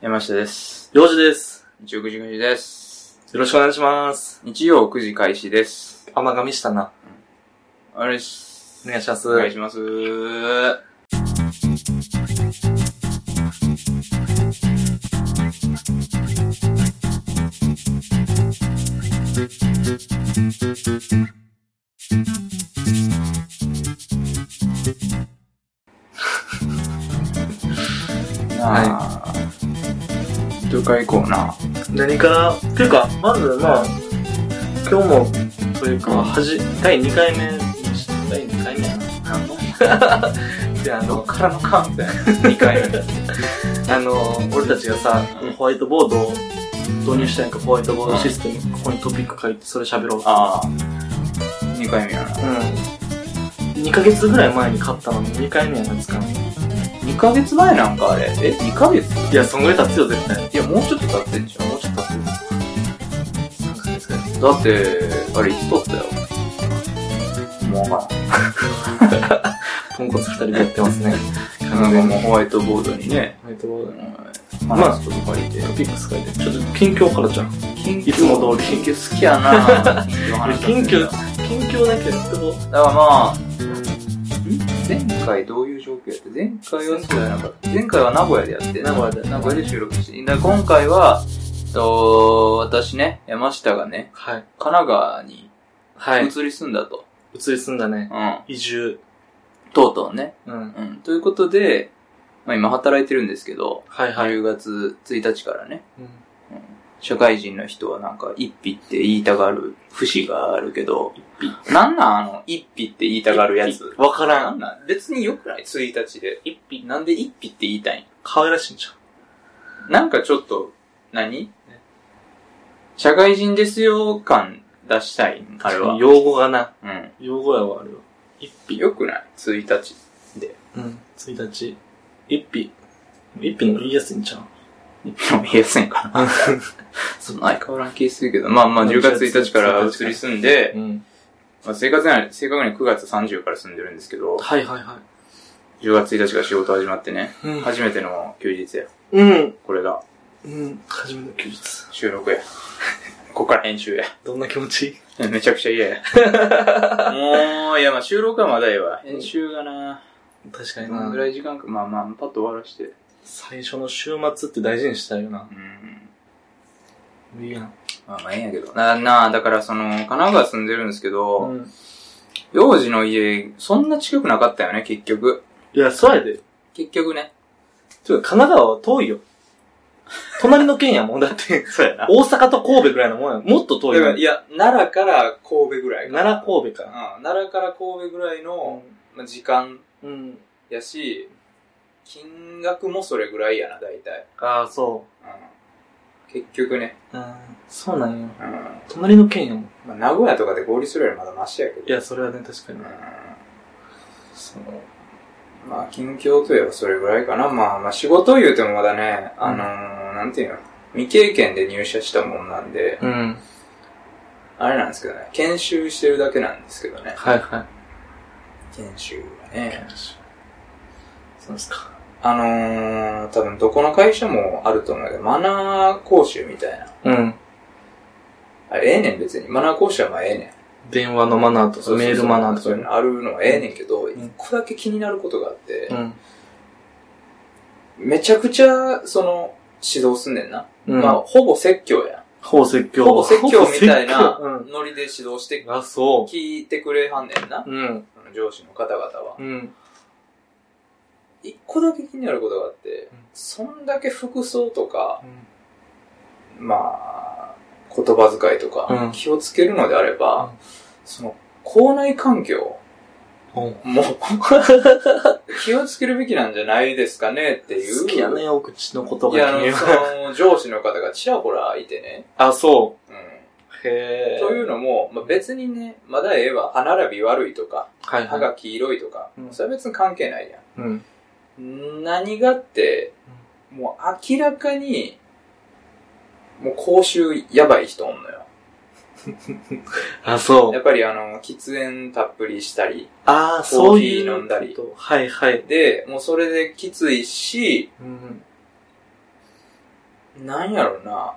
山下です。ようじです。日曜9時9時です。よろしくお願いします。日曜9時開始です。甘噛みしたな。あれっす。お願いします。お願いします。は はい。どっか行こうな。 何から、っていうか、まず、まあ、今日も、というか、はじ、第2回目、第2回目や何のな。で、あどっの、からの観点 ?2 回目。あの、俺たちがさ、あのホワイトボードを導入したやんか、ホワイトボードシステム、ここにトピック書いて、それ喋ろう。ああ。2回目やな。うん。2ヶ月ぐらい前に買ったのに2回目やな、使うの。い2ヶ月前なんかあれ。え、2ヶ月や、そんぐらい経つよ、絶対。いや、もうちょっと経ってんじゃん。もうちょっと経って3ヶ月ぐらい。る。だって、あれ、いつ撮ったよ。もうわかポンコツ2人でやってます ね。らん。なんかもうホワイトボードにね、ホワイトボードうのん話すこと借りて。トピックス書いて、ちょっと近況からじゃん。近いつも通り近況好きや な近況話近況だか、近況だけど、らまあ、ん前回どういう状況やって前回はそうじゃなかった。前回は名古屋でやって。名古屋で名古屋で収録して。だから今回は、えっと、私ね、山下がね、はい。神奈川にはい。移り住んだと。移り住んだね。移住。うん。とうとうね。うん。うん。ということで、まあ今働いてるんですけど、はいはい。 10月1日からね、うん社会人の人はなんか一匹って言いたがる節があるけど、なんなんあの一匹って言いたがるやつ。わから。なんんなん別に良くない ?1 日で。一匹。なんで一匹って言いたい可愛らしいんじゃん。んなんかちょっと、何社会人ですよ感出したいんあれは。用語がな。うん。用語やわ、あれは。一匹。良くない ?1 日。うん。一日。一匹。一匹の言いやすいんじゃん。でも言いやすいんかな。その相変わらん気するけど、まあまあまあ10月1日から移り住んで、うん。まあ、正確には、正確には9月30から住んでるんですけど、はいはいは10月1日から仕事始まってね、い。うん。初めての休日や。うん。これがうん。初めての休日。収録や。 こっから編集や。 どんな気持ちめちゃくちゃ嫌 や。もう、いやまあ収録はまだいいわ。編集がな、確かどにのなぐ。らい時間か、まあまあ、パッと終わらして。最初の週末って大事にしたいよな。うん。いいやん。まあまあええんやけど。な、なあ、だからその、神奈川住んでるんですけうど、ん。幼児の家、そんな近くなかったよね、結局。いや、そうやで。結局ね。ちょっと神奈川は遠いよ。隣の県やもん。だ って、そうやな。大阪と神戸ぐらいのもんやもん。もっと遠いよ。いや、奈良から神戸ぐらいか。奈良神戸か。うん、奈良から神戸ぐらいの、まあ、時間うん。やし、金額もそれぐらいやな、大体。ああ、そうん、結局ね、う。うん。そうなんよ。うん隣の県やもん。まあ、名古屋とかで合理するよりまだマシやけど。いや、それはね、確かうにんね。、その、まあ、近況といえばそれぐらいかな。まあ、まあ、仕事を言うてもまだね、あのー、なんていうの、未経験で入社したもんなんで、うん。あれなんですけどね、研修してるだけなんですけどね。はいは研修がい。ね。そうですか。あのー、多分どこの会社もあると思うんだけど、マナー講習みたいな。うん。あれ、ええねん別に。マナー講習はまあええねん。電話のマナーとそうそか、うそうメールマナーとそうかいうね。のあるのはええねんけど、一、ん個だけ気になることがあって、ん。めちゃくちゃ、その、指導すんねんな。うん。まあ、ほぼ説教やん。ほぼ説教。ほぼ説教みたいなほぼ説教ノリで指導してうん。あ、そ聞いてくれはんねんな。う。うん。その上司の方々は。うん。一個だけ気になることがあってうん、そんだけ服装とか、まあ、言葉遣いとうかん気をつけるのであれば、うんその、校内環境うん。 も気をつけるべきなんじゃないですかねっていう。好きやね、お口のこといや、あが君の、は。その、上司の方がちらほらいてね。 あ、そうう。へん。え。というのも、まあ、別にね、まだええわ、歯並び悪いとか、はい歯はい。が黄色いとか、うんそれは別に関係ないやん。うん。何がって、もう明らかに、もう口臭やばい人おんのよ。あ、そう。やっぱりあの、喫煙たっぷりしたり。ああ、コそーうヒいーうこと。飲んだりはいはい。で、もうそれできついし、うん。なんやろな。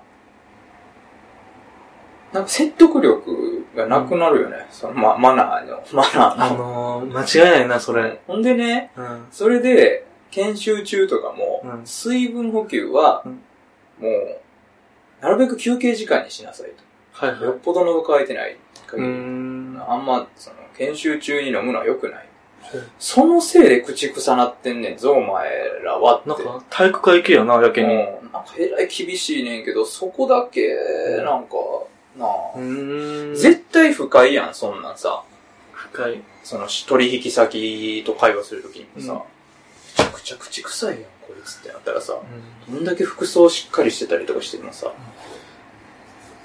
なんか説得力がなくなるよね。その、ま、マナーの。マナあーの。のー、間違いないな、それ。ほんでね、うん。それで、研修中とかも、うん水分補給は、うんもう、なるべく休憩時間にしなさいはいと。よはっぽど喉乾いてないい。うー限り、ん。あんま、その、研修中に飲むのは良くないうん。そのせいで口臭なってんねんぞ、お前らはって。なんか、体育会系やな、やけに。うん、なんかえらい厳しいねんけど、そこだけ、なんか、なうあ、ーん。絶対不快やん、そんなんさ。深い。そのし取引先と会話するときにさ、うんめちゃくちゃ口臭いやん、こいつってなったらさ、どんだけ服装しっかりしてたりとかしてもさ、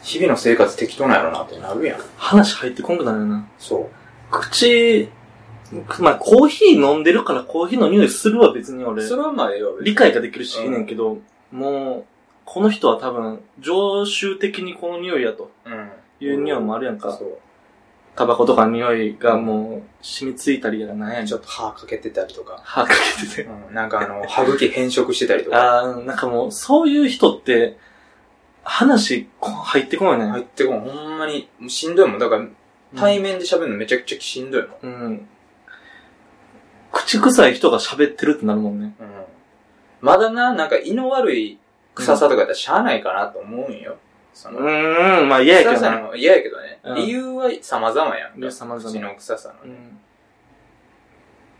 日々の生活適当なんやろなってなるやん。話入ってこんくなるよな。そう。口、まあ、コーヒー飲んでるからコーヒーの匂いするわ、別に俺。それはまあええわ、別に理解ができるし、うんいいねんけど、もう、この人は多分、常習的にこの匂いやとうん。いう匂いもあるやんか。そう。タバコとかの匂いがもう、染みついたりやらなんやん。ちちょょっっと歯かけてたりととか、歯かけて て。うん、なんかあの、 歯茎変色してたりとか、あー、なんかもう、そういう人って、話こ入ってこないね。入ってこん、ほんまに、もうしんどいもん。だから、対面で喋るのめちゃくちゃしんどいもん。うん。口臭い人が喋ってるってなるもんね。うん。まだな、なんか胃の悪い臭さとかだったらしゃあないかなと思うんよ。そうの、ーん、まあ嫌や臭けどさな。の嫌やけどね。うん理由は様々やん理由か。様々口の臭さうのね。ん。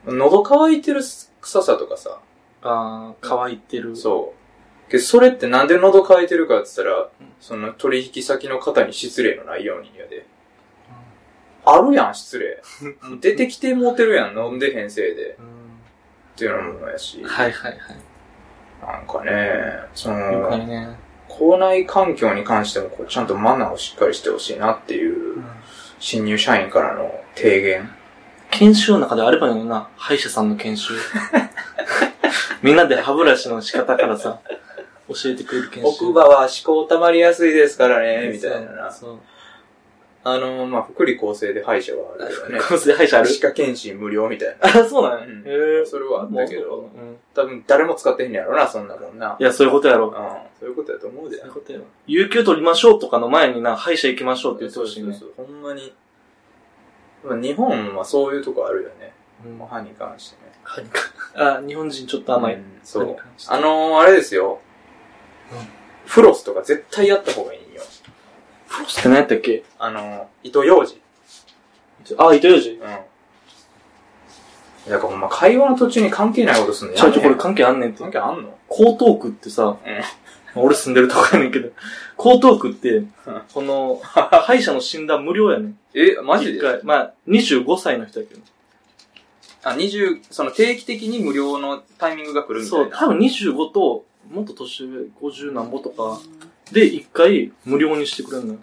喉乾いてる臭さとかさ。あー、乾いてる。そう。けど、それってなんで喉乾いてるかって言ったらん、その取引先の方に失礼のないようにやで。あるやん、失礼。もう出てきてもうてるやん、飲んでへんせいで。うん。っていうのもやし。はいはいはい。なんかね、そよくのあ、るね。校内環境に関してもこうちゃんとマナーをしっかりしてほしいなっていう新入社員からの提言。研修の中であればいいのにな、歯医者さんの研 修。みんなで歯ブラシの仕方からさ、教えてくれる研修。奥歯は思考溜まりやすいですからね、そうみたいなな。そう。あの、まあ、福利厚生で歯医者はあるよね。コースで歯医者ある歯科検診無料みたいな。あ、そうなんや。うんへーそれはあったけど、うん。多分誰も使ってへんやろな、そんなもんな。いや、そういうことやうんろ。、そういうことやと思うでそういう。ことやろ。有給取りましょうとかの前にな、歯医者行きましょうって言ってそほうしいそうね。そう、ほんまに。まあ日本はそういうとこあるよね。うん歯に関してね。歯にかあ、日本人ちょっと甘うい。んそ歯にう。関してあ、のー、あれですようん。フロスとか絶対やった方がいいよ。フロスって何やったっけあのー、糸ようじ。あ、糸ようじうん。。だからほんま会話の途中に関係ないことすんのちょいちょいこれ関関係あんねんって。係あんの江東区ってさ、俺住んでるとこやねんけど、江東区って、この、歯医者の診断無料やねん。え、マジ一で回まあ、25歳の人やけど。あ、20、その定期的に無料のタイミングが来るみたそ、いうな。多分25と、もっと年上、50何ぼとか、で、一回無料にしてくれるのよ。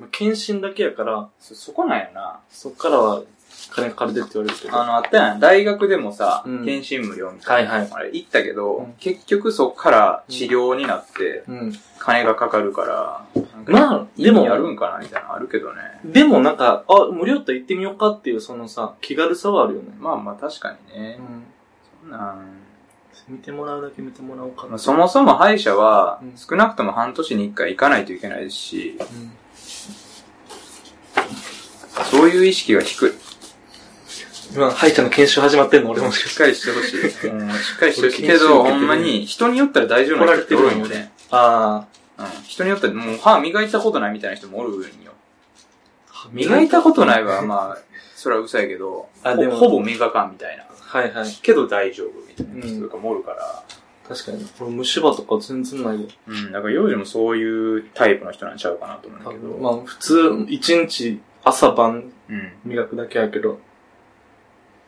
まあ検診だけやから、そ、そこなんやな。そっからは金かかるでって言われるけど。あの、あったやん。大学でもさ、うん検診無料みたはいいはい。な。あれ、行ったけど、うん結局そっから治療になって、うん。金がかかるから、なんかまあ、でも、やるんかなみたいなのあるけどね。でもなんか、あ、無料って行ってみようかっていう、そのさ、気軽さはあるよね。まあまあ確かにねう。そん。んなん。見てもらうだけ見てもらおうかまな。あ、そもそも歯医者はうん少なくとも半年に一回行かないといけないですし、うんそういう意識が低い。今、歯医者の研修始まってんの俺もしかししっかりしてほしい。うんしっかりしてほしいけ俺研修ど、受けほてるんまに人によったら大丈夫な人っておるんよ怒られてるね。て。あうん。人によってもう歯磨いたことないみたいな人もおるんよ。あ。磨いたことないはまあ、それはうさいけど、あほでもほぼ磨かんみたいな。はいはい。けど大丈夫みたいな人とかもおるから。確かに。俺、虫歯とか全然ないよ。うん。だから幼児もそういうタイプの人なんちゃうかなと思うんだ多けど。分まあ、普通、一日、朝晩、うん。磨くだけやけど。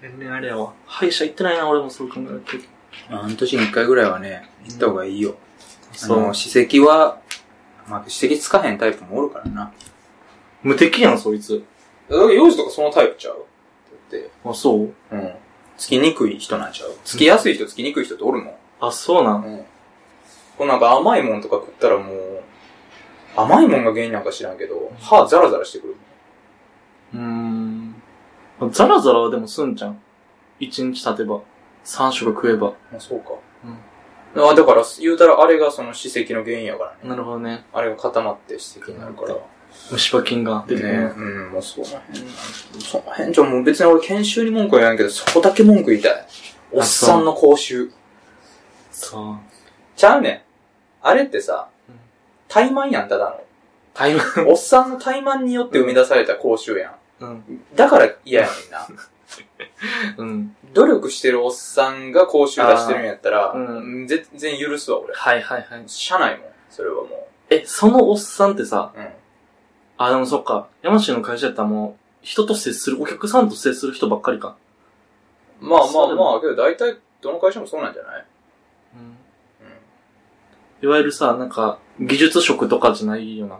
全然あれやわ。歯医者行ってないな、俺もそう考えてる。半年に一回ぐらいはね、行った方がいいよ。あそうの、。歯石は、まあ、歯石つかへんタイプもおるからな。無敵やん、そいつ。だから幼児とかそのタイプちゃうだって。あ、そううん。つきにくい人なんちゃうつきやすい人、つきにくい人っておるもん。あ、そうなん。うん。こうなんか甘いもんとか食ったらもう、甘いもんが原因なんか知らんけど、歯ザラザラしてくるうーん。ザラザラはでもすんじゃん。一日経てば。三食食えば。もん。あ、そうか。うんあだから、言うたらあれがその歯石の原因やからね。なるほどね。あれが固まって歯石になるから。虫歯菌が出てくる。ねうん、もうその辺なんその辺じゃもう別に俺研修に文句は言わんけど、そこだけ文句言いたい。おっさんの講習。そう。ちゃうねん。あれってさうん、怠慢やん、ただ台湾。の。おっさんの怠慢によって生み出された講習やうん。ん。だから嫌やねんな。うん。努力してるおっさんが講習出してるんやったら、あーう全然許すわ、俺。はいはいはい。社内もん、それはもえ、そのおっさんってさ、う。うん。あ、でもそっか。山下の会社やったらもう、人と接する、お客さんと接する人ばっかりか。まあまそうあでまもあ、けど大体どの会社もそうなんじゃないうん。うん。いわゆるさ、なんか、技術職とかじゃないよな。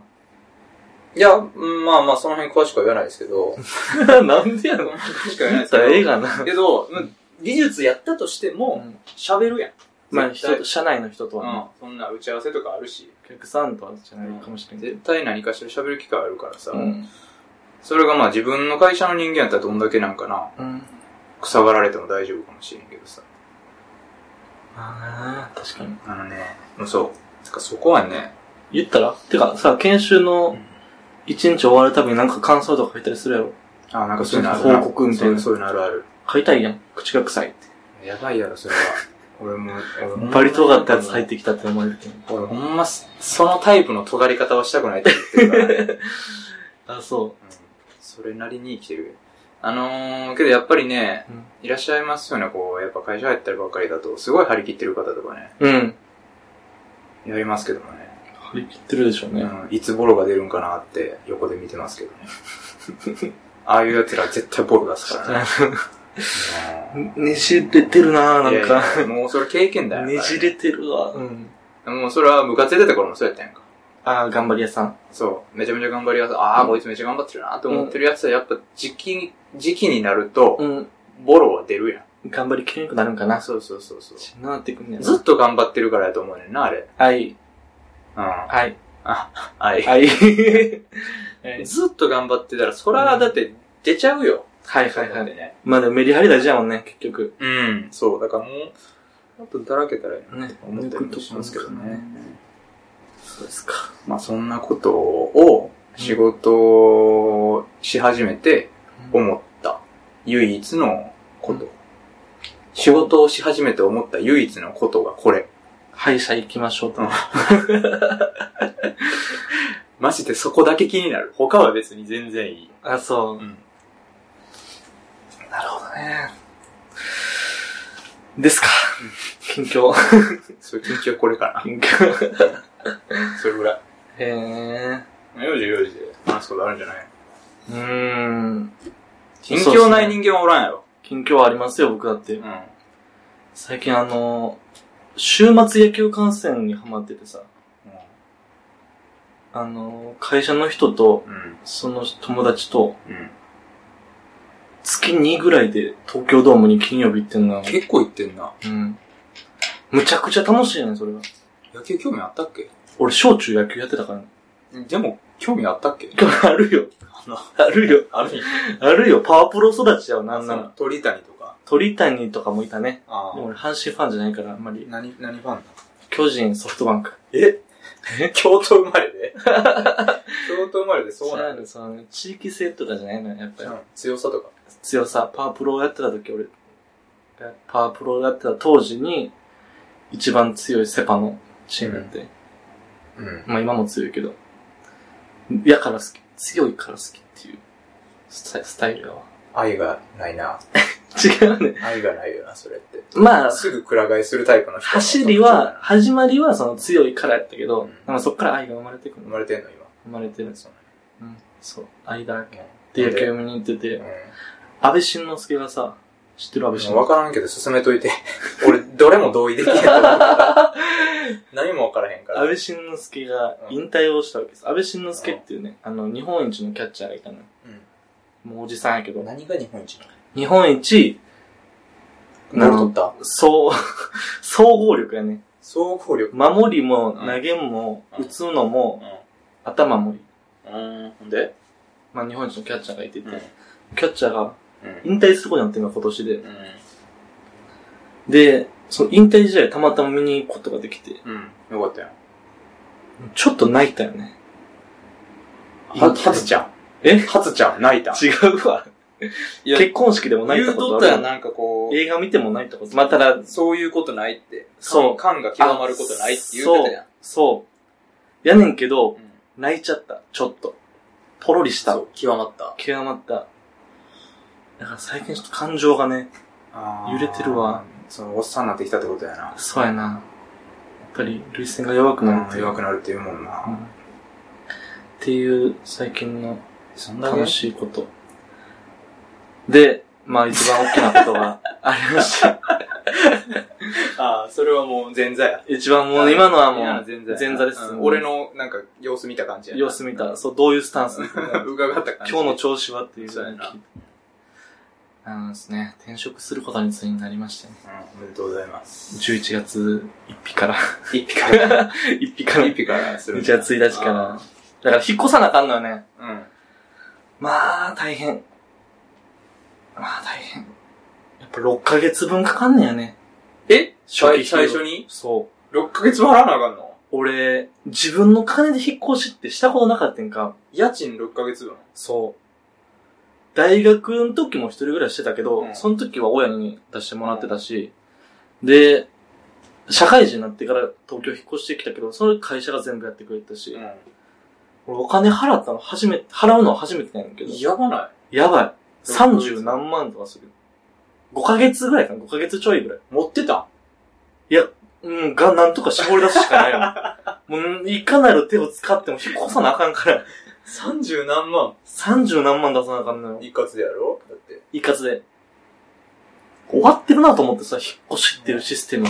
いや、うんまあまあ、その辺詳しくは言わないですけ ど、 なんでやそのろ辺詳しくは言わないです言っけたどら、ええがな。けど、うん技術やったとしても、喋るやん。まあ、絶対人と、社内の人とうはね、ん、そんな打ち合わせとかあるし、お客さんとはじゃないかもしれんけ絶対何かしら喋る機会あるからさ、ど。うん。それがまあ自分の会社の人間やったらどんだけなんかな、うん。くさばられても大丈夫かもしれんけどさ。ああ、確かに。あのね、もうそう。だからそこはね、言ったらてかさ、研修の一日終わるたびになんか感想とか書いたりするやろ。あなんかそういうのあるな。報告みたいなそうそういうのあるある。書いたいやん。口が臭いって。やばいやろ、それは。俺も、俺ほんまバリ尖ったやつ入ってきたって思われるけど。俺ほんま、そのタイプの尖り方はしたくないって言ってる からね。あ、そうんそれなりに生きてるよあのー、けどやっぱりね、うんいらっしゃいますよね、こう、やっぱ会社入ってるばっかりだと、すごい張り切ってる方とかね、う。うん。やりますけどもね、張り切ってるでしょうね。うん、いつボロが出るんかなって横で見てますけどね。 ああいう奴ら絶対ボロ出すからね。うんねじれてる なぁ、なんか。いやいやもうそれ経験だよ。ねじれてるわ。うん。もうそれは部活出た頃もそうやったやんか。ああ、頑張り屋さん。そう。めちゃめちゃ頑張りやすい。ああ、うんこいつめちゃ頑張ってるなと思ってるやつはやっぱ時期、時期になると、うん。ボロは出るやん。頑張りきれなくなるんかな。そうそうそうそう。しなってくんねやなずっと頑張ってるからやと思うねんな、あれ。はい。うん。ははい。い。 はい。ずっと頑張ってたら、そら、だって出ちゃうよ。はいそはういいうのはっい。てね。まあでもメリハリ大事やもんね、結局。うん。そう、だからもう、もっとだらけたらいいなねと思ったりもしますけどね。そうですか。まあそんなことを、仕事をし始めて思った。唯一のこと。仕事をし始めて思った唯一のことがこれ。歯医者行きましょうと。うんマジでそこだけ気になる。他は別に全然いい。あ、そう。ん。なるほどね。ですか。近況。そういう緊張はこれか近況。な。 それぐらい。へえ。 4時4時で話すことあるんじゃないうーん。近況ない人間はおらんやろ。近況ありますよ、僕だってう。ん。最近あの、週末野球観戦にハマっててさ、あの、会社の人と、うん。その友達と、うん。月2ぐらいで東京ドームに金曜日行ってんのよ。結構行ってんな。うん。むちゃくちゃ楽しいね、それは。野球興味あったっけ俺、小中野球やってたからね。 でも、興味あったっけ興味あるよ。あるよ。ある意味。あるよ。パワープロ育ちだよ、なんなそらの。鳥谷とか。鳥谷とかもいたね。あでも。俺、阪神ファンじゃないから、あんまり。何、何ファンなの巨人、ソフトバンク。え京都生まれで 京都生まれでそう ななんのその、地域性とかじゃないのよ、やっぱり。だ。強さとか。強さ、パワープロをやってた時、俺、パワープロをやってた当時に、一番強いセパのチームやって。うん。まあ今も強いけど。やから好き。強いから好きっていうスタイスタイルやわ。愛がないな。違うね。愛がないよな、それって。まあ、すぐくら替えするタイプの人。走りは、、始まりはその強いからやったけど、うんなんかそっから愛が生まれてくる生の。まれてんの、今。生まれてるんですよ。うん。そう。愛だらけ。でで、野球見に行ってうて、ん安倍晋之助がさ、知ってる安倍晋わ之からんけど進めといて。 俺、どれも同意できない。 何もわからへんか助。ら。う安ん。倍晋之助が引退をしたわけです。安倍晋之助っていうね、あの、日本一のキャッチャーがいたのよ。もうおじさんやけど。何が日本一日本一、なの取った総、 総合力やね。総合力。守りも、うん投げも、うん打つのも、頭もいい。うん。うん。ほんでまあ、日本一のキャッチャーがいてて、うん。キャッチャーがうん。引退することになってるのが今年で。うん。で、その引退試合たまたま見に行くことができて、うん。よかったよ。ちょっと泣いたよね。は、はずちゃん。え はずちゃん、泣いた。違うわ。いや、結婚式でも泣い言たうこととあっるたわらなんかこう、映画見ても泣いたこと。まあただ、そういうことないって。そう感が極まることないって言うてたやん。そう。やねんけど、うん泣いちゃった。ちょっと。ポロリした。そう、極まった。極まった。だから最近ちょっと感情がね、ー揺れてるわ。その、おっさんになってきたってことやな。そうやな。やっぱり、涙腺が弱くうなるんっていう弱くなるっていうもんうんっな。ていう最近のそんだけ楽しいこと。で、まあ一番大きなこと がありました。ああ、それはもう前座や。一番もう今のはもいやう前座や前座ですうん俺の、なんか、様子見た感じやな。様子見た。そう、どういうスタンスうん伺った感じ。今日の調子はっていうそうやなあのですね、転職することについになりましてね。うん、おめでとうございます。 11月1日から、一匹から、 1日から、一匹からする。 1月1日から。だから引っ越さなあかんのよね。あー。うん。まあ、大変。まあ、大変。やっぱ6ヶ月分かかんねやね。え初期費最用最初にそう。 ?6 ヶ月も払わなあかんの俺、自分の金で引っ越しってしたことなかったんか。家賃6ヶ月分。そう。大学の時も一人暮らししてたけど、うんその時は親に出してもらってたし、で、社会人になってから東京引っ越してきたけど、その会社が全部やってくれたし、う俺お金払ったの初めて、払うのは初めてなんやけど、やばなやばい。どういうこと30何万とかする。5ヶ月ぐらいかな ?5 ヶ月ちょいぐらい。い持ってたうん、が、なんとか絞り出すしか ないよ。もう、いかなる手を使っても引っ越さなあかんから、 ?30 何万30何万出さなあかんのよ。一括でやろだって。一括で。終わってるなと思ってさ、引っ越しっていうシステム。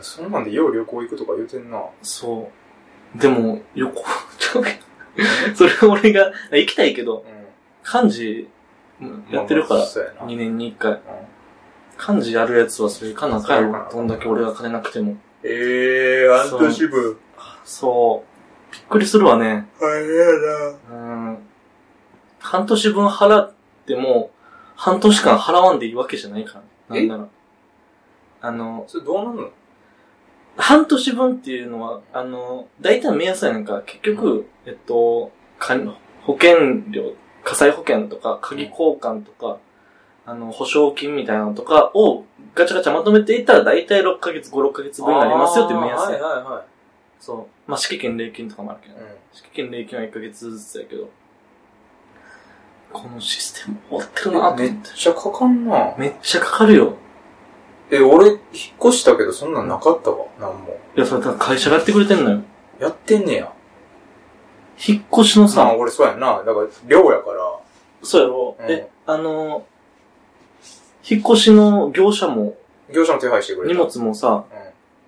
そんなんでよう旅行行くとか言うてんな。そう。でも、横、ちょっとそれは俺が、行きたいけど、う漢字やってるまかあまあら、そうやな。 2年に1回。うん漢字やるやつはそれいかなあかんそやうろ。かどんだけ俺が金なくても。ええー、アントシブ。そう。びっくりするわね。あれやな。うん。半年分払っても、半年間払わんでいいわけじゃないから。なえんなら。あの、それどうなんの半年分っていうのは、あの、大体の目安やなんか、結局、えっと、か保険料、火災保険とか、鍵交換とか、あの、保証金みたいなのとかをガチャガチャまとめていったら、大体6ヶ月、5、6ヶ月分になりますよっていう目安はいや。はいはそう。まあ、敷金、礼金とかもあるけどい。。敷金、礼金は1ヶ月ずつやけど、このシステム終わってるなと思ってめっちゃかかんな。めっちゃかかるよ。え、俺、引っ越したけどそんなんなかったわ。なんも。いや、それ多分会社がやってくれてんのよ。やってんねや。引っ越しのまあさ、俺そうやんな。だから、寮やから。そうやろ、うんえ、あの、引っ越しの業者も、業者の手配してくれ荷た。物もさ、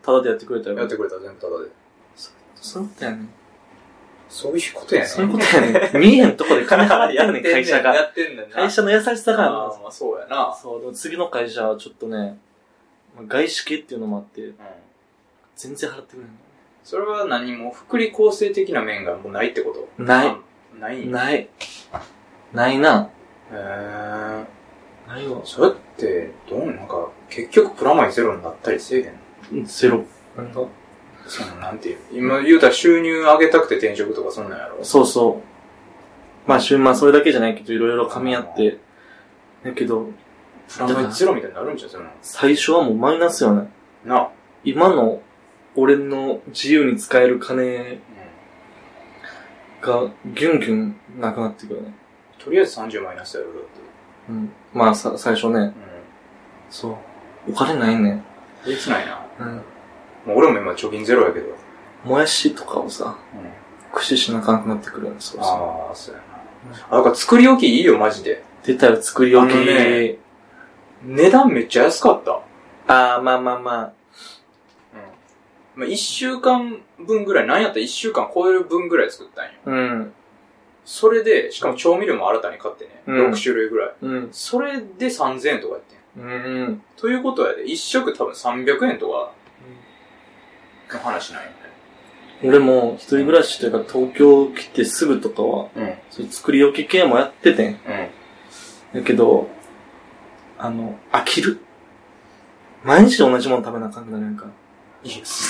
ただでやってくれたうん。やっよ。てくれた、全部タダで。そういうことやねん。そういうことやね。そういうことやねん。見えへんとこで金払ってやるっねてんねん、ん会社やが。ってんねんな。会社の優しさがあるあーまあそうやな。そう、でも次の会社はちょっとね、まあ外資系っていうのもあって、うん。全然払ってくれへそれは何も、福利厚生的な面がもうないってことんの。ない。。ないんだ。ない。ないな。へー。ないわ。それって、どうなんか、結局プラマイゼロになったりせえへんのゼロ。なんかその、なんていう。今言うたら収入上げたくて転職とかそんなんやろ。そうそう。まあ、週、まあ、それだけじゃないけど、いろいろ噛み合って。だけど、プラマイゼロみたいになるんじゃん、そんなん。最初はもうマイナスよね。なあ。今の、俺の自由に使える金うん。が、ギュンギュンなくなっていくよね。とりあえず30マイナスやろ、だって。うん。まあ、さ、最初ね。うそう。お金ないね。ん。できないな。うん。もう俺も今貯金ゼロやけど。うん。もやしとかをさ、駆使しなあかんくなってくるよね、そうそああ、そうやな。あ、だから作り置きいいよ、マジで。う。出たよ、作り置き。あのね値段めっちゃ安かった。ああ、まあまあまあ。まあ、一週間分ぐらい、なんやったら一週間超える分ぐらい作ったんよ。うん。それで、しかも調味料も新たに買ってね、うん6種類ぐらい。うん。それで3000円とかやってん。うん。ということはやで、一食多分300円とか、の話なんよね。俺も、一人暮らしというか、東京来てすぐとかは、うん。うん。そういう作り置き系もやっててん。だけど、あの、飽きる。毎日同じもの食べなあかんくなるやんか。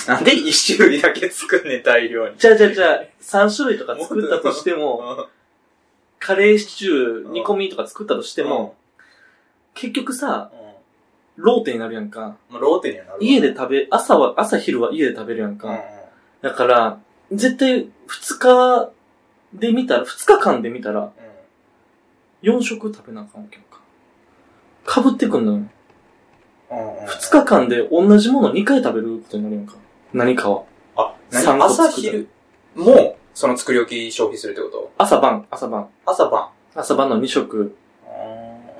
なんで一種類だけ作んね、大量に。じゃあじゃあじゃあ、3種類とか作ったとしても、カレーシチュー、煮込みとか作ったとしても、結局さ、うん。ローテになるやんか。まあ、ローテにはなるわ。家で食べ、朝は、朝昼は家で食べるやんうんうんか。。だから、絶対2日で見たら、2日間で見たら、4食食べなあかんわけやんか。かぶってくんのよ。うんうん。 2日間で同じもの2回食べることになるやんか。何かは。あ、三何個作朝る昼もう、その作り置き消費するってこ朝晩、朝晩。と朝晩。朝晩の2食。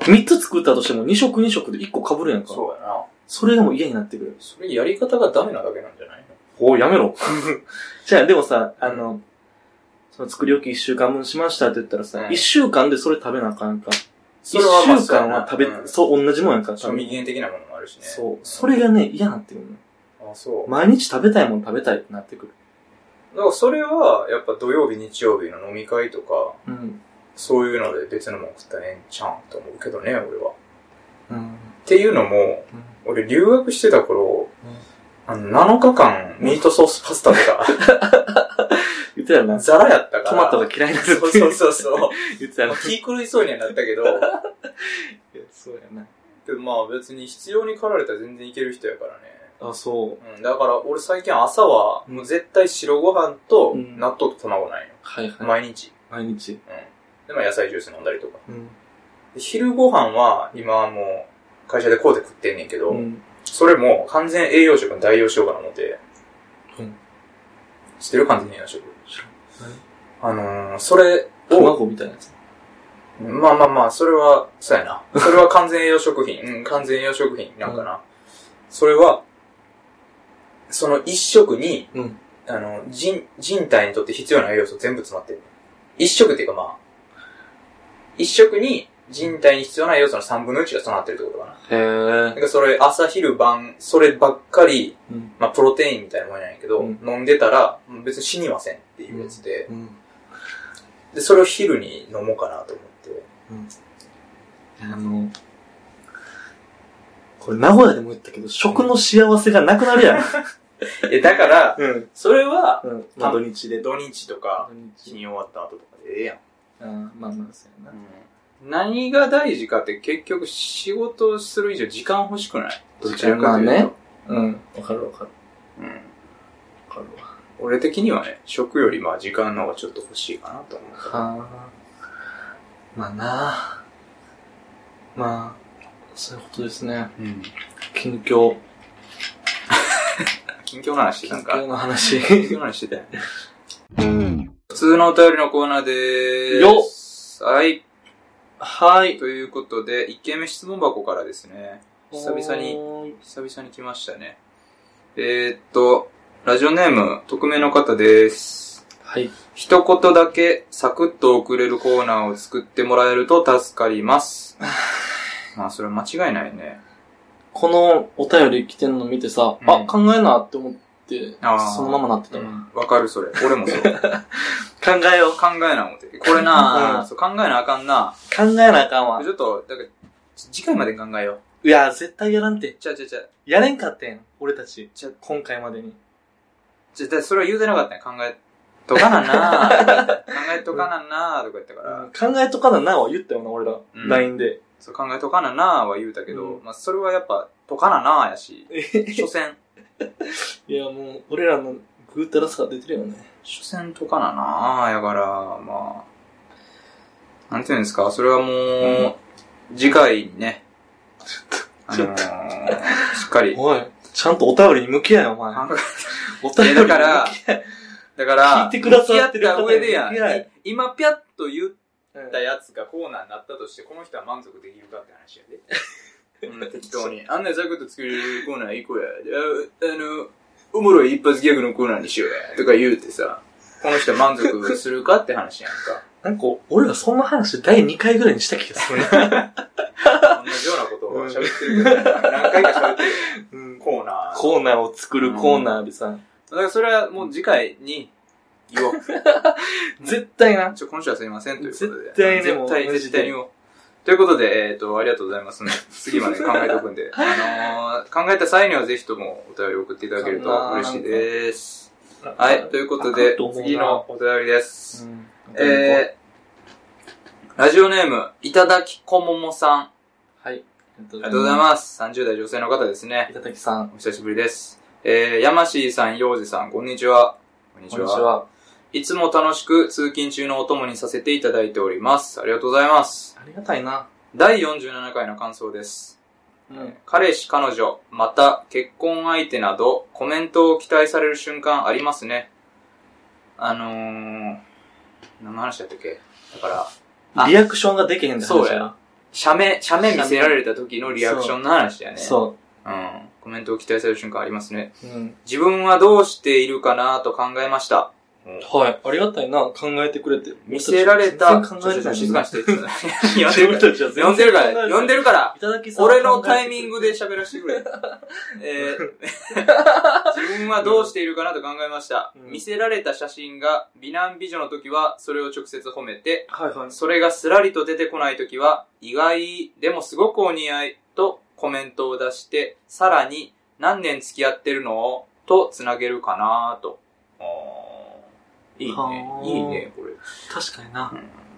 3つ作ったとしても2食2食で1個かぶるやんか。そうやな。それがもう嫌になってくる。それやり方がダメなだけなんじゃないおやめろ。 じゃあ、でもさ、あの、その作り置き一週間分しましたって言ったらさ、うん一、週間でそれ食べなあかんやんか。そ一れはまあ週間は食べ、そうやなうんそう、同じもんやんか。賞味期限的なものもあるしね。そう。それがね、嫌になってくるの。あ、そう。毎日食べたいもん食べたいってなってくる。だからそれは、やっぱ土曜日、日曜日の飲み会とか、うん。そういうので別のもん食ったらええんちゃうんと思うけどね、俺は。うっん。ていうのも、俺留学してた頃、あの、7日間ミートソースパスタと言ってたよなか、。ザラやったから。トマトが嫌いになるそっうてそうそうそう。 言ってたよな。気狂いそうにはなったけど、そうやな。でもまあ別に必要に駆られたら全然いける人やからね。あ、そうん、だから俺最近朝は、もう絶対白ご飯とうん納豆と卵ないよう。。はいはい。毎日。毎日。で、まあ野菜ジュース飲んだりとか。うん。で昼ご飯は、今はもう、会社でこうで食ってんねんけど、うん。それも完全栄養食に代用しようかな思って。うん知ってる完全栄養食知あのー、それを、卵みたいなやつ。まあまあまあ、それは、そうやな。それは完全栄養食品。うん、完全栄養食品なんかな。それは、その一食に、うんあの、人、人体にとって必要な栄養素全部詰まってる。一食っていうかまあ、一食に人体に必要な栄養素の3分の1が備わってるってことかな。へえ。なんかそれ朝昼晩、そればっかり、うんまあプロテインみたいなもんやねんけど、うん飲んでたらうん別に死にませんっていうやつで、うん。で、それを昼に飲もうかなと思って。あの、これ名古屋でも言ったけど、食の幸せがなくなるや ん。え、だから、うん。それは、うん。まあ土日で。土日とか、日日。に終わった後とかでええやん。あーまあまあ、そうやな。何が大事かって結局仕事をする以上時間欲しくないどちらまかあというと。ね。うん。わかるわかる。うん。わかるわ。俺的にはね、食よりまあ時間の方がちょっと欲しいかなと思う。はあ。まあなあ。まあ、そういうことですね。うん。近況。近況の話して近たんか況。の話。 近況の話してたよね。普通のお便りのコーナーでーす。はい。はい。ということで、1件目質問箱からですね。久々に、に。久々に来ましたね。えー、っと、ラジオネーム、匿名の方です。はい。一言だけサクッと送れるコーナーを作ってもらえると助かり ます。まあ、それは間違いないね。このお便り来てんの見てさ、うんあ、考えなって思ってあー、そのままなってたわ。わかる、それ。俺もそう。考考えよう。えな思って。これな、うんそう考えなあかんな。考えなあかんわち。ょっと、だから、次回までに考えよう。いや、絶対やらんて。じゃあじゃあじゃあやれんかってん。俺たち。じゃあ今回までに。じゃあだってそれは言うてなかったね。考えとかなんな 考えとかなんなとか言ったから、考えとかななは言ったよな、俺ら。うん LINE で。そう考えとかなんなは言うたけど、うまあ、それはやっぱ、とかなんなやし、所詮、いや、もう、俺らのぐうたらさが出てるよね。所詮とかななあやから、まあ、なんていうんですか、それはもう、次回にね、あ ちのょっー、しっか り。おい、ちゃんとお便りに向き合えよ、お前。お便えだ から、だから、聞いてくださ付き合っってるた上でや方に向き合えん、い今ぴゃっと言ったうんやつがコーナーになったとして、この人は満足できるかって話や で。こんな適当 に。あんなザクッと作れるコーナー行こうや。ああの、おもろい一発ギャグのコーナーにしようや。とか言うてさ、この人は満足するかって話やんか。なんか、俺らそんな話第2回ぐらいにした気が するな。同じようなことを喋ってるけど、何回か喋ってるうんコー ナー。コーナーを作るコーナーでさ、だからそれはもう次回に言おう。絶対な。ちょ、今週はすいませんということで。絶対ね絶対、絶対に言おう。ということで、えっ、と、ありがとうございますね。次まで考えておくんで。あのー考えた際にはぜひともお便り送っていただけると嬉しいです。はい、ということでと思う、な次のお便りでうす。ん。えー、ラジオネーム、いただきこももさん。あはい。ありりがとうございます。30代女性の方ですね。す。板滝さん。お久しぶりです。えー、山ーさん、洋二さん、こんにちは。こんにこんにち。は。いつも楽しく通勤中のお供にさせていただいております。ありがとうございます。ありがたいな。第47回の感想です。うん。彼氏、彼女、また結婚相手などコメントを期待される瞬間ありますね。あのー、何の話だったっけだから、あリアクションができへんって話そうや写メ、写メ見せられた時のリアクションの話だよね。う。そうん。コメントを期待される瞬間ありますね。う。うん。自分はどうしているかなと考えました。はい。ありがたいな。考えてくれて。見せられた、俺ちょっと全然考えてない。静かにして。呼んで俺るからたちは全然呼んでるから、呼んでる。るから。いただきさんは考え俺てくれてのタイミングで喋らせてく れ。えー 自分はどうしているかなと考えました。うん見せられた写真が美男美女の時はそれを直接褒めて、はいはい。それがすらりと出てこない時は意外でもすごくお似合いとコメントを出して、さらに何年付き合ってるのとつなげるかなと。あーいいはね。ーいいね、これ。確かにな。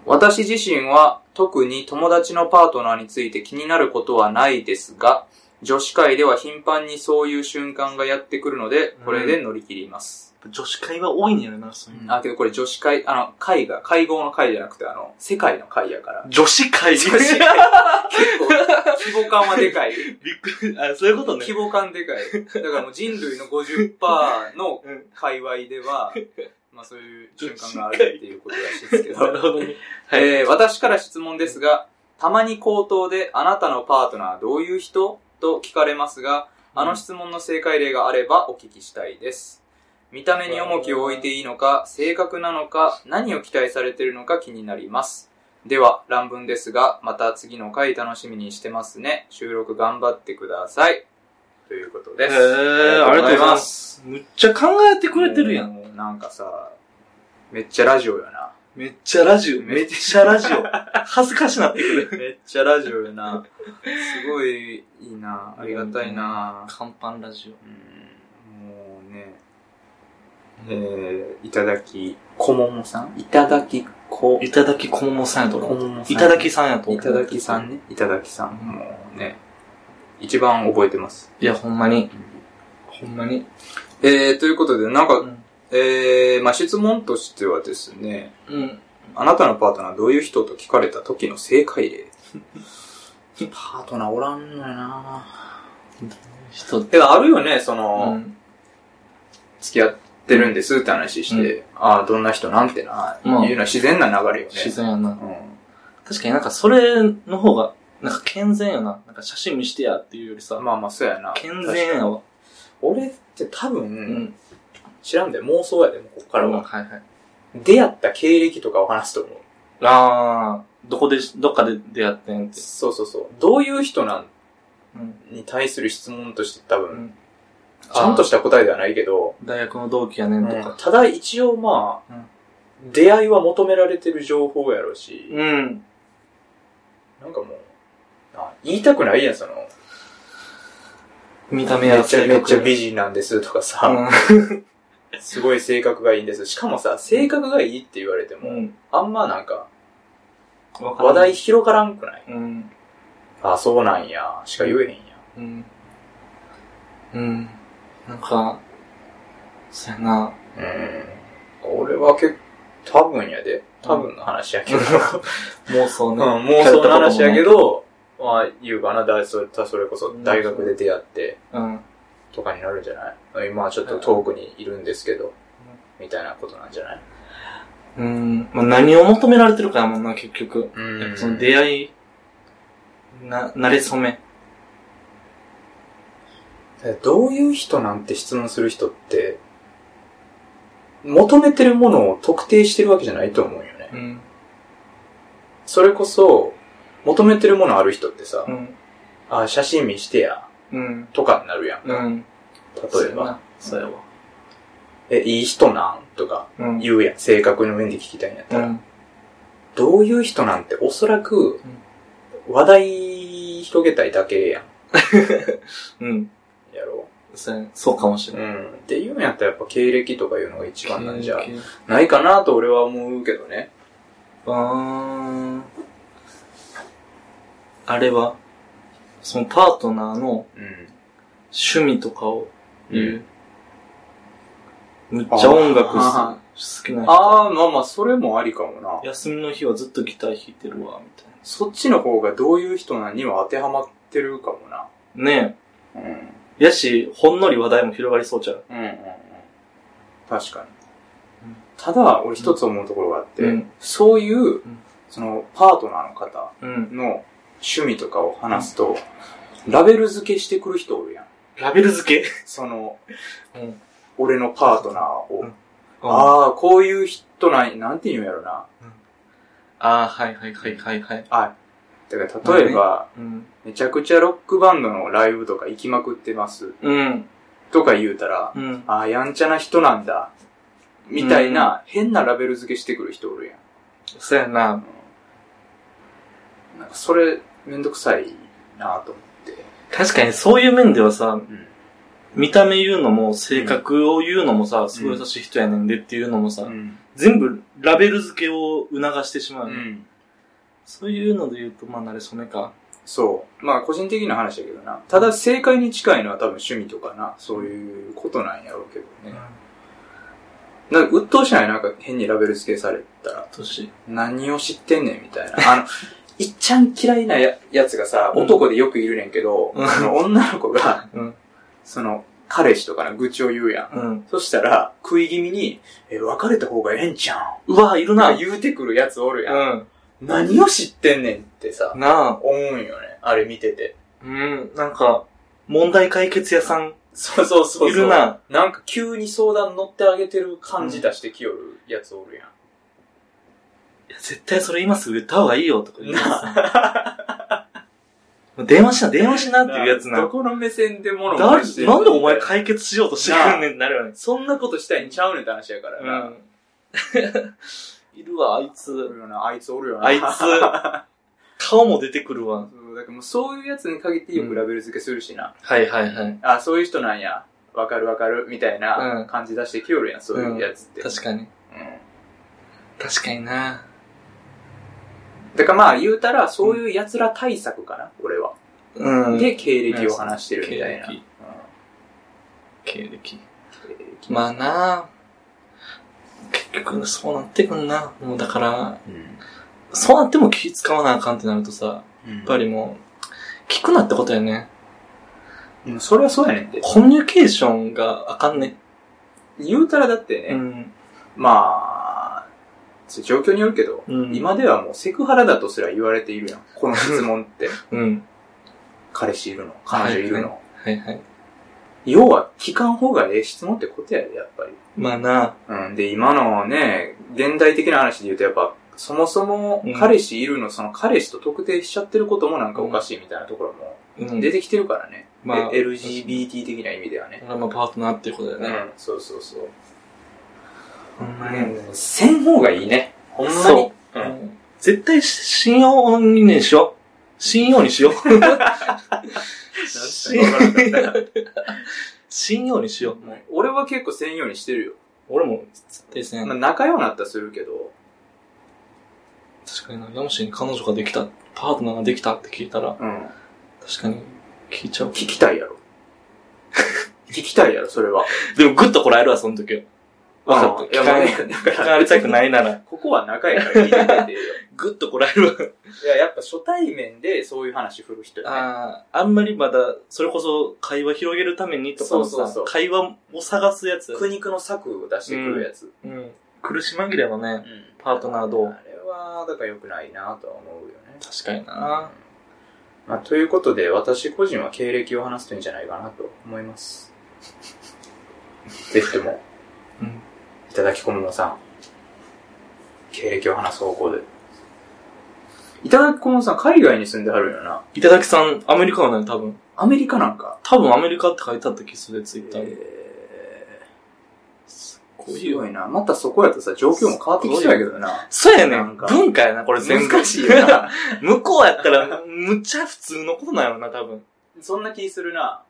私自身は特に友達のパートナーについて気になることはないですが、女子会では頻繁にそういう瞬間がやってくるので、これで乗り切ります。女子会は多いんやろな、そういうのあ、けどこれ女子会、あの、会が、会合の会じゃなくて、あの、世界の会やから。女子会女子会 結構、規模感はでか い。 びっくり。あ、そういうことね規。模感でかい。だからもう人類 の50%のうん。界隈では、まあそういう瞬間があるっていうことらしいですけ なるほどね。はい。えー私から質問ですが、たまに口頭であなたのパートナーはどういう人と聞かれますが、あの質問の正解例があればお聞きしたいです。見た目に重きを置いていいのか、性格なのか、何を期待されているのか気になります。では、乱文ですが、また次の回楽しみにしてますね。収録頑張ってください。ということです。へーありがとうございま。す。むっちゃ考えてくれてるやん。ん。もうなんかさ、めっちゃラジオやな。めっちゃラジオ。めめっっちゃラジオ。恥ずかしなってくる。 めっちゃラジオやな。すごいいいな。ありがたいな。乾パンラジうん、もうね。えー、いただき、こももさんいただきこオ。いただきこももさんやとこ思う。ももさん。いただきさんやとい思。うただきさんね。いただきさん。もうね。一番覚えてます。いや、ほんまに。ほんまに。えー、ということで、なんうか、ん。えー、まあ、質問としてはですね、うん。あなたのパートナーはどういう人と聞かれた時の正解例。 パートナーおらんのよな人って。てか、あるよね、その、うん。付き合ってるんですって話して、ああ、どんな人なんてな、まあいうのは自然な流れよね。自然やな。うん。確かになんかそれの方が、なんか健全やな。なんか写真見してやっていうよりさ、まあまあ、そうやな。健全やわ。俺って多分、うん。知らんで妄想やで、もうこっからうんは。はいはい。出会った経歴とかを話すと思う。あー、どこで、どっかで出会ってんって。そうそうそう。どういう人なんうん。に対する質問として多分、うんちゃんとした答えではないけど、大学の同期やねんとうんか。ただ一応まあ、出会いは求められてる情報やろうし、うん。なんかもう、あ言いたくないやん、その、見た目めやっちゃ性め格っちゃ美人なんですとかさ、すごい性格がいいんです。しかもさ、性格がいいって言われてうも、ん。うん。あんまなんか、わ話からない題。広がらんくないうん。あ、そうなんや、しか言えへんや。うん。うん。なんか、そうやな。うん。俺は結構、多分やで。多分の話やけど。妄想 うん、ね。妄想の話やけど、まあ、言うかな、大それそれこそ大学で出会って、うん。とかになるんじゃない今はちょっと遠くにいるんですけど、みたいなことなんじゃないうん。まあ、何を求められてるかやもんな、結局。やっうぱその出会い、な、慣れ初め。どういう人なんて質問する人って、求めてるものを特定してるわけじゃないと思うよね。うん。それこそ、求めてるものある人ってさ、うん。あ、写真見してや、うん。とかになるやん。うん。例えば、そうやわ。え、いい人なんとかうん。言うやん。性格の面で聞きたいんやったうら。ん。どういう人なんておそらく、ん話題広げたいだけやうん。ん。やろそうそうかもしれう。ない。ん。っていうんやったらやっぱ経歴とかいうのが一番なんじゃないかなと俺は思うけどね。あーあれは、そのパートナーのうん。趣味とかを言う。むっあちゃ音楽あす好きな人。ああ、まあまあ、それもありかもな。休みの日はずっとギター弾いてるわ、みたいそっちの方がどういう人にも当てはまってるかもな。な。ねうん。え。やし、ほんのり話題も広がりそうちゃう。うんうんうん。確かにうん。ただ、俺一つ思うところがあって、うんそういう、んその、パートナーの方うん。の趣味とかを話すと、ラベル付けしてくる人おるやん。ラベル付けその、うん。俺のパートナーを。うんあああ、こういう人なん、なんて言うんやろな。あー、はいはいはいはいはい。あ、だから例えば、うん。めちゃくちゃロックバンドのライブとか行きまくってます。うん。とか言うたら、うん。ああ、やんちゃな人なんだ。みたいな、変なラベル付けしてくる人おるやん。そうやな。なんかそれ、めんどくさいなと思って。確かにそういう面ではさ、ん見た目言うのも、性格を言うのもさ、すごい優しい人やねんでっていうのもさ、ん。全部ラベル付けを促してしまう、うん。そういうので言うと、まあ、慣れ初めか。そう。まあ、個人的な話だけどな。ただ、正解に近いのは多分趣味とかな、そういうことなんやろうけどね。なんか、鬱陶しないなんか変にラベル付けされたら、年。何を知ってんねんみたいな。あの、 いっちゃん嫌いなややつがさ、うん男でよくいるねんけど、うんあの女の子が、うん。その、彼氏とかの愚痴を言うやん。うん。そしたら、食い気味に、え、別れた方がええんちゃうんうわ、いるとな。かう言うてくるやつおるやん。ん。何を知ってんねんってさ、なあ。思うんよね。あれ見てて。うん。なんか、問題解決屋さん、そうそうそうそう。いる。な。なんか急に相談乗ってあげてる感じ出してきよるやつおるやん。いや絶対それ今すぐ言った方がいいよ、とか言うやつさ。 もう電話しな、電話しなっていうやつな。どこの目線で物だ申してんのなんでお前解決しようとしてくんねんってなるよね。そんなことしたいんちゃうねんって話やからな。うん。 いるわ、あいおつ。るよなあいつおるよな。あ いつ。 顔も出てくるわ。そうだからもうそういうやつに限ってよくラベル付けするしな。はいはいはい。あ、そういう人なんや。わかるわかる。みたいな感じ出してきよるやん、そういうやつって。確かに。うん確かにな。だからまあ言うたら、そういう奴ら対策かな、俺は。うで、経歴を話してるみたいな。経歴経歴。うん経歴まあな結局、そうなってくんな。もうだから、そうなっても気使わなあかんってなるとさ、やうんっぱりもう、聞くなってことやね。うんそれはそうやねんって。コミュニケーションがあかんね。言うたらだってね、うん。まあ、それ状況によるけど、うん今ではもうセクハラだとすら言われているやん。この質問 って。うん。彼氏いるの彼女いるの、はいはい。要は聞かん方がええ質問ってことやで、やっぱり。まあなうん。で、今のね、現代的な話で言うとやっぱ、そもそもうん彼氏いるの、その彼氏と特定しちゃってることもなんかおかしいみたいなところもうん。出てきてるからね。まあえ LGBT 的な意味ではね。これはまあパートナーっていうことだようね。ん、そうそうそう。ほんまにうん、せん方がいいね。ほんまに。。そううんん絶対し信用にねしよう。信用にしよ う。信 信用にしよう。もう俺は結構専用にしてるよ。俺も絶対せん。まあ、仲良くなったらするけど、確かにな、ヤムシに彼女ができた、パートナーができたって聞いたら、うん。確かに聞いちゃう。聞きたいやろ。 聞きたいやろ、それは。でもグッとこらえるわ、その時は。わかった。いや、ま聞かあれね、だか聞ら、かれたくないなら、ここは仲やから聞いてくれていいよ。グッとこらえるわ。いや、やっぱ初対面でそういう話振る人やね。ああ、あんまりまだ、それこそ会話広げるためにとかのさ、そうそうそう会話を探すやつ。苦肉の策を出してくるやつ。うん。苦し紛れのね、うんパートナーどうあれは、だから良くないなとは思うよね。確かにまなあ、ということで、私個人は経歴を話すといいんじゃないかなと思います。ぜひとも、うん。いただき小室さん、経歴を話す方向で。いただき小室さん、海外に住んではるよな。いただきさん、アメリカはね、多分。アメリカなんか。多分アメリカって書いてあった気するで、ツイッターに。えこうすいう。ごいな。またそこやとさ、状況も変わってきそうやけどな。そうやねなんん。か文化やな、これ全部。難しいよな。 向こうやったら、むっちゃ普通のことなんやろな、多分。 そんな気するな。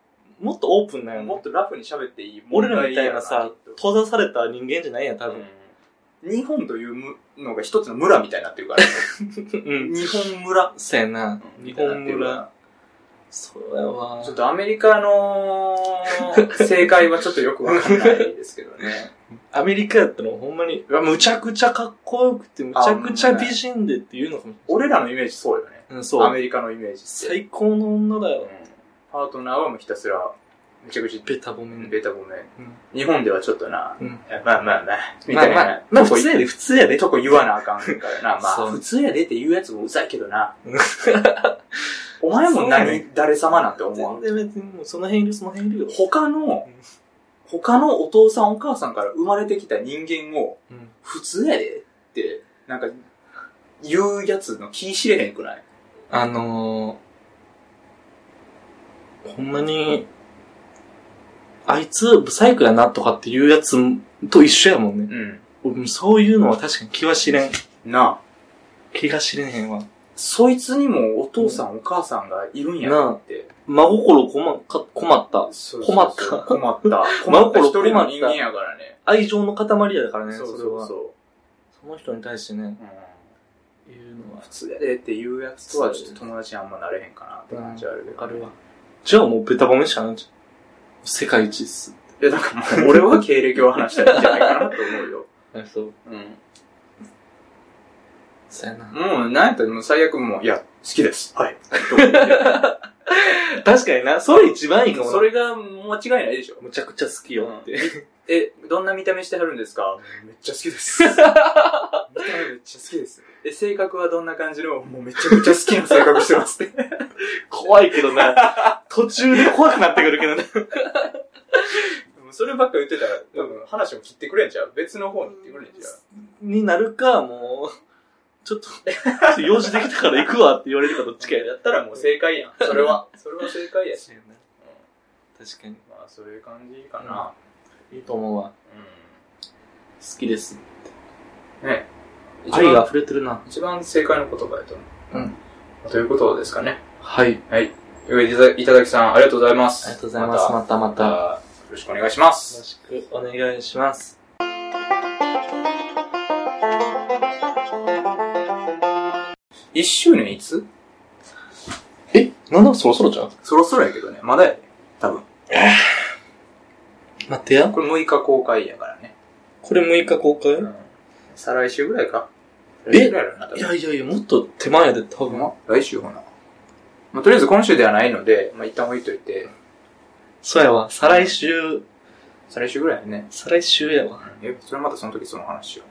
もっとオープンなんやろもなっ。とラフに喋っていい俺らみたいな問さ題やな、きっと閉ざされた人間じゃないやん、多分。うん日本というむのが一つの村みたいになってるからね。うん。日本村。そうやな。日本みたいになってるから村。そうやわちょ。っとアメリカ の正解はちょっとよくわかんないですけどね。アメリカやったらほんまに、うわむちゃくちゃかっこよくて、むちゃくちゃ美人でっていうのかもし俺らのイメージそうよね。れない。うん、そアう。メリカのイメージって。最高の女だうんよ。パートナーはもうひたすら、めちゃくちベタボメゃン。ベタごめん。うん日本ではちょっとな、うんまあまあまあ、みまたいあな。まあ、まあとこ普通やで、普通やで。とこ言わなあかんからな。まそあ、う普通やでって言うやつもうざいけど なう。お前もそうや何ね、誰様なんて思わ全ん。然別にもうその辺いる、その辺いるよ。他のうん、他のお父さんお母さんから生まれてきた人間を、うん普通やでって、なんか、言うやつの気知れへんくないあのー、ほんまに、あいつ、ブサイクやなとかっていうやつと一緒やもんね。うん。うんそういうのは確かに気は知れん。なあ。気が知れへんわ。そいつにもお父さんお母さんがいるんやなって。真心こま、か、困っそた。うそうそう困 った。困真った心一人困のった人間やからね。愛情の塊やからね、そそうれそうは。そその人に対してね、う。うん言うのは普。通やでっていうやつとはちょっと友達にあんまなれへんかなって感じはあるけど。わかるわ。じゃあもうベタ褒めしかないじゃん。世界一っす。いや、なんかもう俺は経歴を話したらいいんじゃないかなと思うよ。あ、そう。うん。そうやな。もう、なんやったらもう最悪もう、いや、好きです。はい。と思って確かにな、それ一番いいかもな。それが間違いないでしょ。むちゃくちゃ好きよって。え、どんな見た目してはるんですかめっちゃ好きです。 見た目めっちゃ好きです。え、性格はどんな感じのもうめちゃくちゃ好きな性格してますって。 怖いけど な。途中で怖くなってくるけど な。もうそればっか言ってたら、多分話も切ってくれんじゃう別の方に行ってくれんじゃうになるか、もう、ちょっと、ちょっと用事できたから行くわって言われるかどっちかややったらもう正解やん。それは。それは正解やし。 確かに。まあ、そういう感じかな。いいと思うわ。う好きです。ん。ね。愛が溢れてるな。一番正解の言葉やと思う。うん。ということですかね。はい。あり上田いただきさん、ありがとうございます。がとうございます。ままたた、ままたた。よよろしくお願いしますろ。しくお願いします。一周年いつえなんだそろそろじゃんそろそろやけどね。まだやで。多分。待ってや。これ6日公開やからね。これ6日公開ん。再来週ぐらいか。え再来週ぐらいやろな、多い分やいやいや、もっと手前やで、多分。来週ほな。まあ、とりあえず今週ではないので、まあ、一旦置いといて、そうやわ。再来週、再来週ぐらいやね。再来週や わ。え、それまたその時その話を。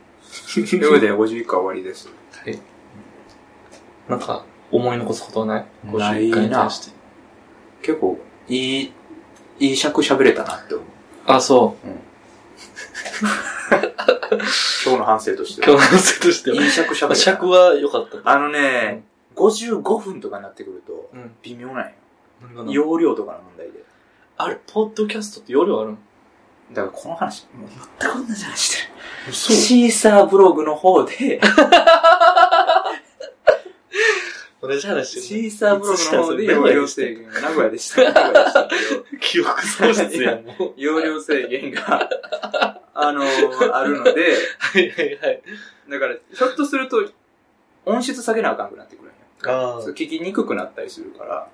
ということで、50回終わりです。なんか、思い残すことはないないな50回に対して。結構、いい、いい尺喋れたなって思う。あ、そう。今日の反省としては。今日のせとしていい尺喋れは。た。尺は良かった。あのね、55分とかになってくると、うん。微妙なんよ。なんかな容量とかの問題で。あれ、ポッドキャストって容量あるんだからこの話、もう全く同じ話してる。そシーサーブログの方 で、同じ話してシるねーサーブログの方で容量制限が、名古屋でした。名古屋でしたけど、記憶喪失やん、もう。容量制限が、あのあるので、はいはいはい。だから、ひょっとすると、音質下げなあかんくなってくるんよあそう聞きにくくなったりするから、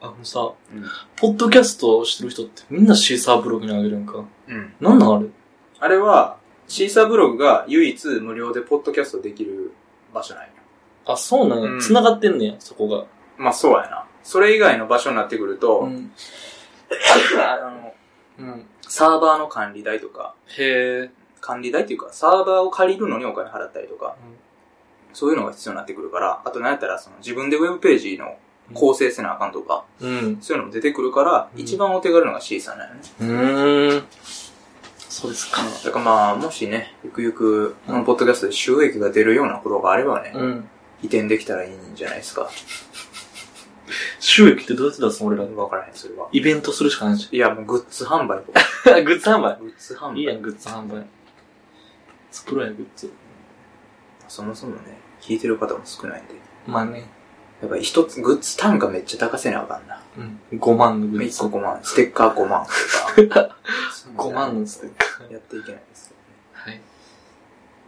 あ。あのさ、うんポッドキャストをしてる人ってみんなシーサーブログにあげるんか。うん。なんなんあれあれは、シーサーブログが唯一無料でポッドキャストできる場所なんよ。あ、そうなんや。うん繋がってんねや、そこが。まあそうやな。それ以外の場所になってくると、ん。あの、うん。サーバーの管理代とか、へえ。管理代っていうか、サーバーを借りるのにお金払ったりとか、そういうのが必要になってくるから、あと何やったらその自分でウェブページの構成せなあかんとか、うん。そういうのも出てくるから、うん一番お手軽なのが C さんだよね。うーん。そうですか。だからまあ、もしね、ゆくゆく、このポッドキャストで収益が出るようなことがあればね、うん。移転できたらいいんじゃないですか。収益ってどうやって出すの俺ら。わからへん、それは。イベントするしかないじいや、もうグッズ販売とか。 ゃん。グッズ販売。グッズ販売。いいやん、グッズ販売。作ろうや、グッズ。そもそもね、聞いてる方も少ないんで。まあね、やっぱり一つ、グッズ単価めっちゃ高せなあかんな。うん。5万のグッ1ズ。個5万、ステッカー5万と か。 5万のステッカー。やっていけないですよね。はい。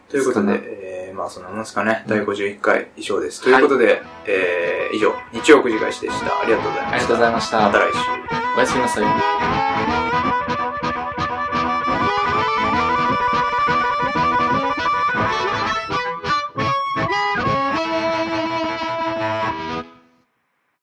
ということですでか、えー、まあそんなもんですかね。うん第51回以上です。ということで、えー、以上、日曜くじ返しでした。ありがとうございました。ありがとうございました。また来週。おやすみなさい。